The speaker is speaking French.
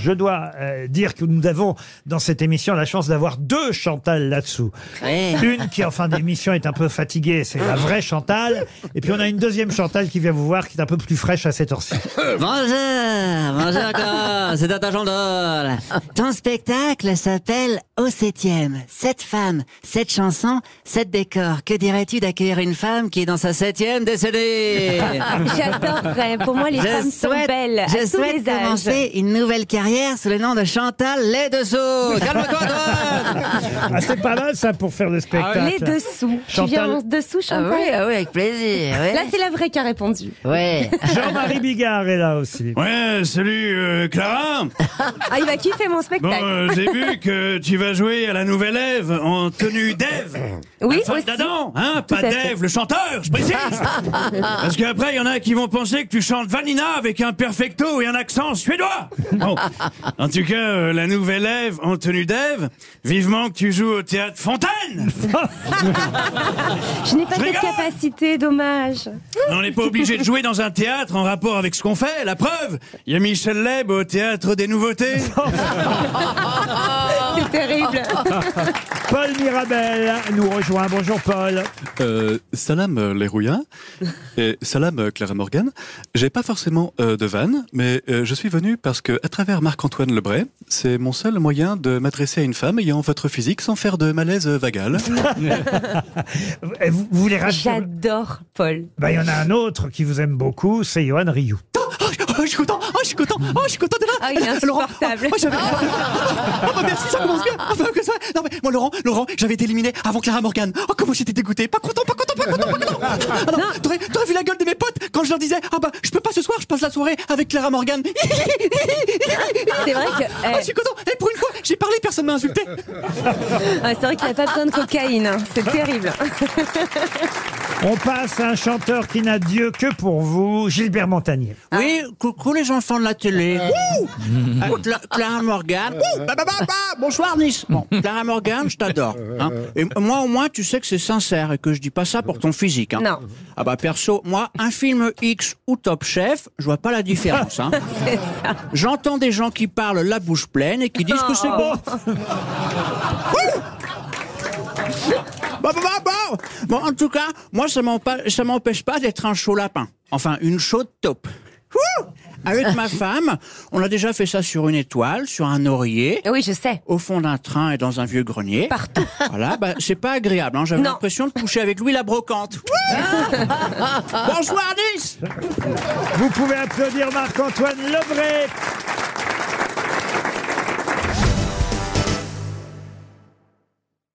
Je dois euh, dire que nous avons dans cette émission la chance d'avoir deux Chantal là-dessous. Une qui en fin d'émission est un peu fatiguée, c'est la vraie Chantal. Et puis on a une deuxième Chantal qui vient vous voir, qui est un peu plus fraîche à cette heure-ci. Euh, Bonjour, bonjour encore, c'est Tata Chandol. Ton spectacle s'appelle Au septième. Sept femmes, sept chansons, sept décors. Que dirais-tu d'accueillir une femme qui est dans sa septième décennie J'adorerais. Ah, Pour moi, les Je femmes sont souhaite- belles. à Je tous souhaite les âges. commencer une nouvelle carrière sous le nom de Chantal Les Dessous. Calme-toi, Antoine Ah, c'est pas mal ça pour faire le spectacle. Ah, Les dessous. Tu Chantal- viens en dessous, Ah Chantal oui, ah oui, avec plaisir. Là, Oui. c'est la vraie qui a répondu. Ouais. Jean-Marie Bigard est là aussi. Ouais, salut euh, Clara. Ah, il va kiffer mon Bon, spectacle. euh, j'ai vu que tu vas jouer à la nouvelle Ève en tenue d'Ève. oui, La femme aussi. d'Adam, hein, pas à fait. d'Ève, le chanteur, je précise. Parce qu'après, il y en a qui vont penser que tu chantes Vanina avec un perfecto et un accent suédois. Bon, en tout cas, euh, la nouvelle Ève en tenue d'Ève, vivement que tu joues au théâtre Fontaine. Je n'ai Je pas cette rigole. capacité, dommage. On n'est pas obligé de jouer dans un théâtre en rapport avec ce qu'on fait. La preuve, il y a Michel Leb au théâtre des nouveautés. C'est terrible. Paul Mirabel nous rejoint. Bonjour Paul. Euh, salam euh, les rouillards et salam euh, Clara Morgan. J'ai pas forcément euh, de vanne, mais euh, je suis venu parce que à travers Marc-Antoine Lebray, c'est mon seul moyen de m'adresser à une femme ayant votre physique sans faire de malaise euh, vagal. Et Vous, vous voulez rajouter J'adore Paul. Bah, Il y en a un autre qui vous aime beaucoup, c'est Johan Rioux. Oh, je suis content, oh, je suis content, oh, je suis content de là. Ah, il est insupportable. Oh, j'avais- Oh, bah, merci, ça commence bien. Oh, bah, que ça- Non, mais moi, Laurent, Laurent, j'avais été éliminé avant Clara Morgan. Oh, comment j'étais dégoûté. Pas content, pas content, pas content, pas content. Ah, non, t'aurais, t'aurais vu la gueule de mes potes quand je leur disais, ah bah, je peux pas ce soir, je passe la soirée avec Clara Morgan. C'est vrai que. Oh, eh, je suis content. Et pour une fois, j'ai parlé, personne m'a insulté. ah, c'est vrai qu'il n'a pas besoin de cocaïne. hein. C'est terrible. On passe à un chanteur qui n'a Dieu que pour vous, Gilbert Montagnier. Ah. Oui, coucou les enfants de la télé. Ouh Cla- Clara Morgan. Ouh Bah, bah, bah, bah Bonsoir Nice. Bon, Clara Morgan, je t'adore. hein. Et moi au moins, tu sais que c'est sincère et que je dis pas ça pour ton physique. hein. Non. Ah bah perso, moi, un film X ou Top Chef, je vois pas la différence. hein. J'entends des gens qui parlent la bouche pleine et qui disent que Oh. c'est bon. Bon, bon, bon, bon. Bon, en tout cas, moi, ça m'empa- ça m'empêche pas d'être un chaud lapin. Enfin, une chaude taupe. Ouh Avec ma femme, on a déjà fait ça sur une étoile, sur un oreiller, Oui, je sais. au fond d'un train et dans un vieux grenier. Partout. Voilà, bah, c'est pas agréable. Hein. J'avais Non. l'impression de coucher avec Louis la brocante. Ouh Bonsoir, Nice Vous pouvez applaudir Marc-Antoine Lebray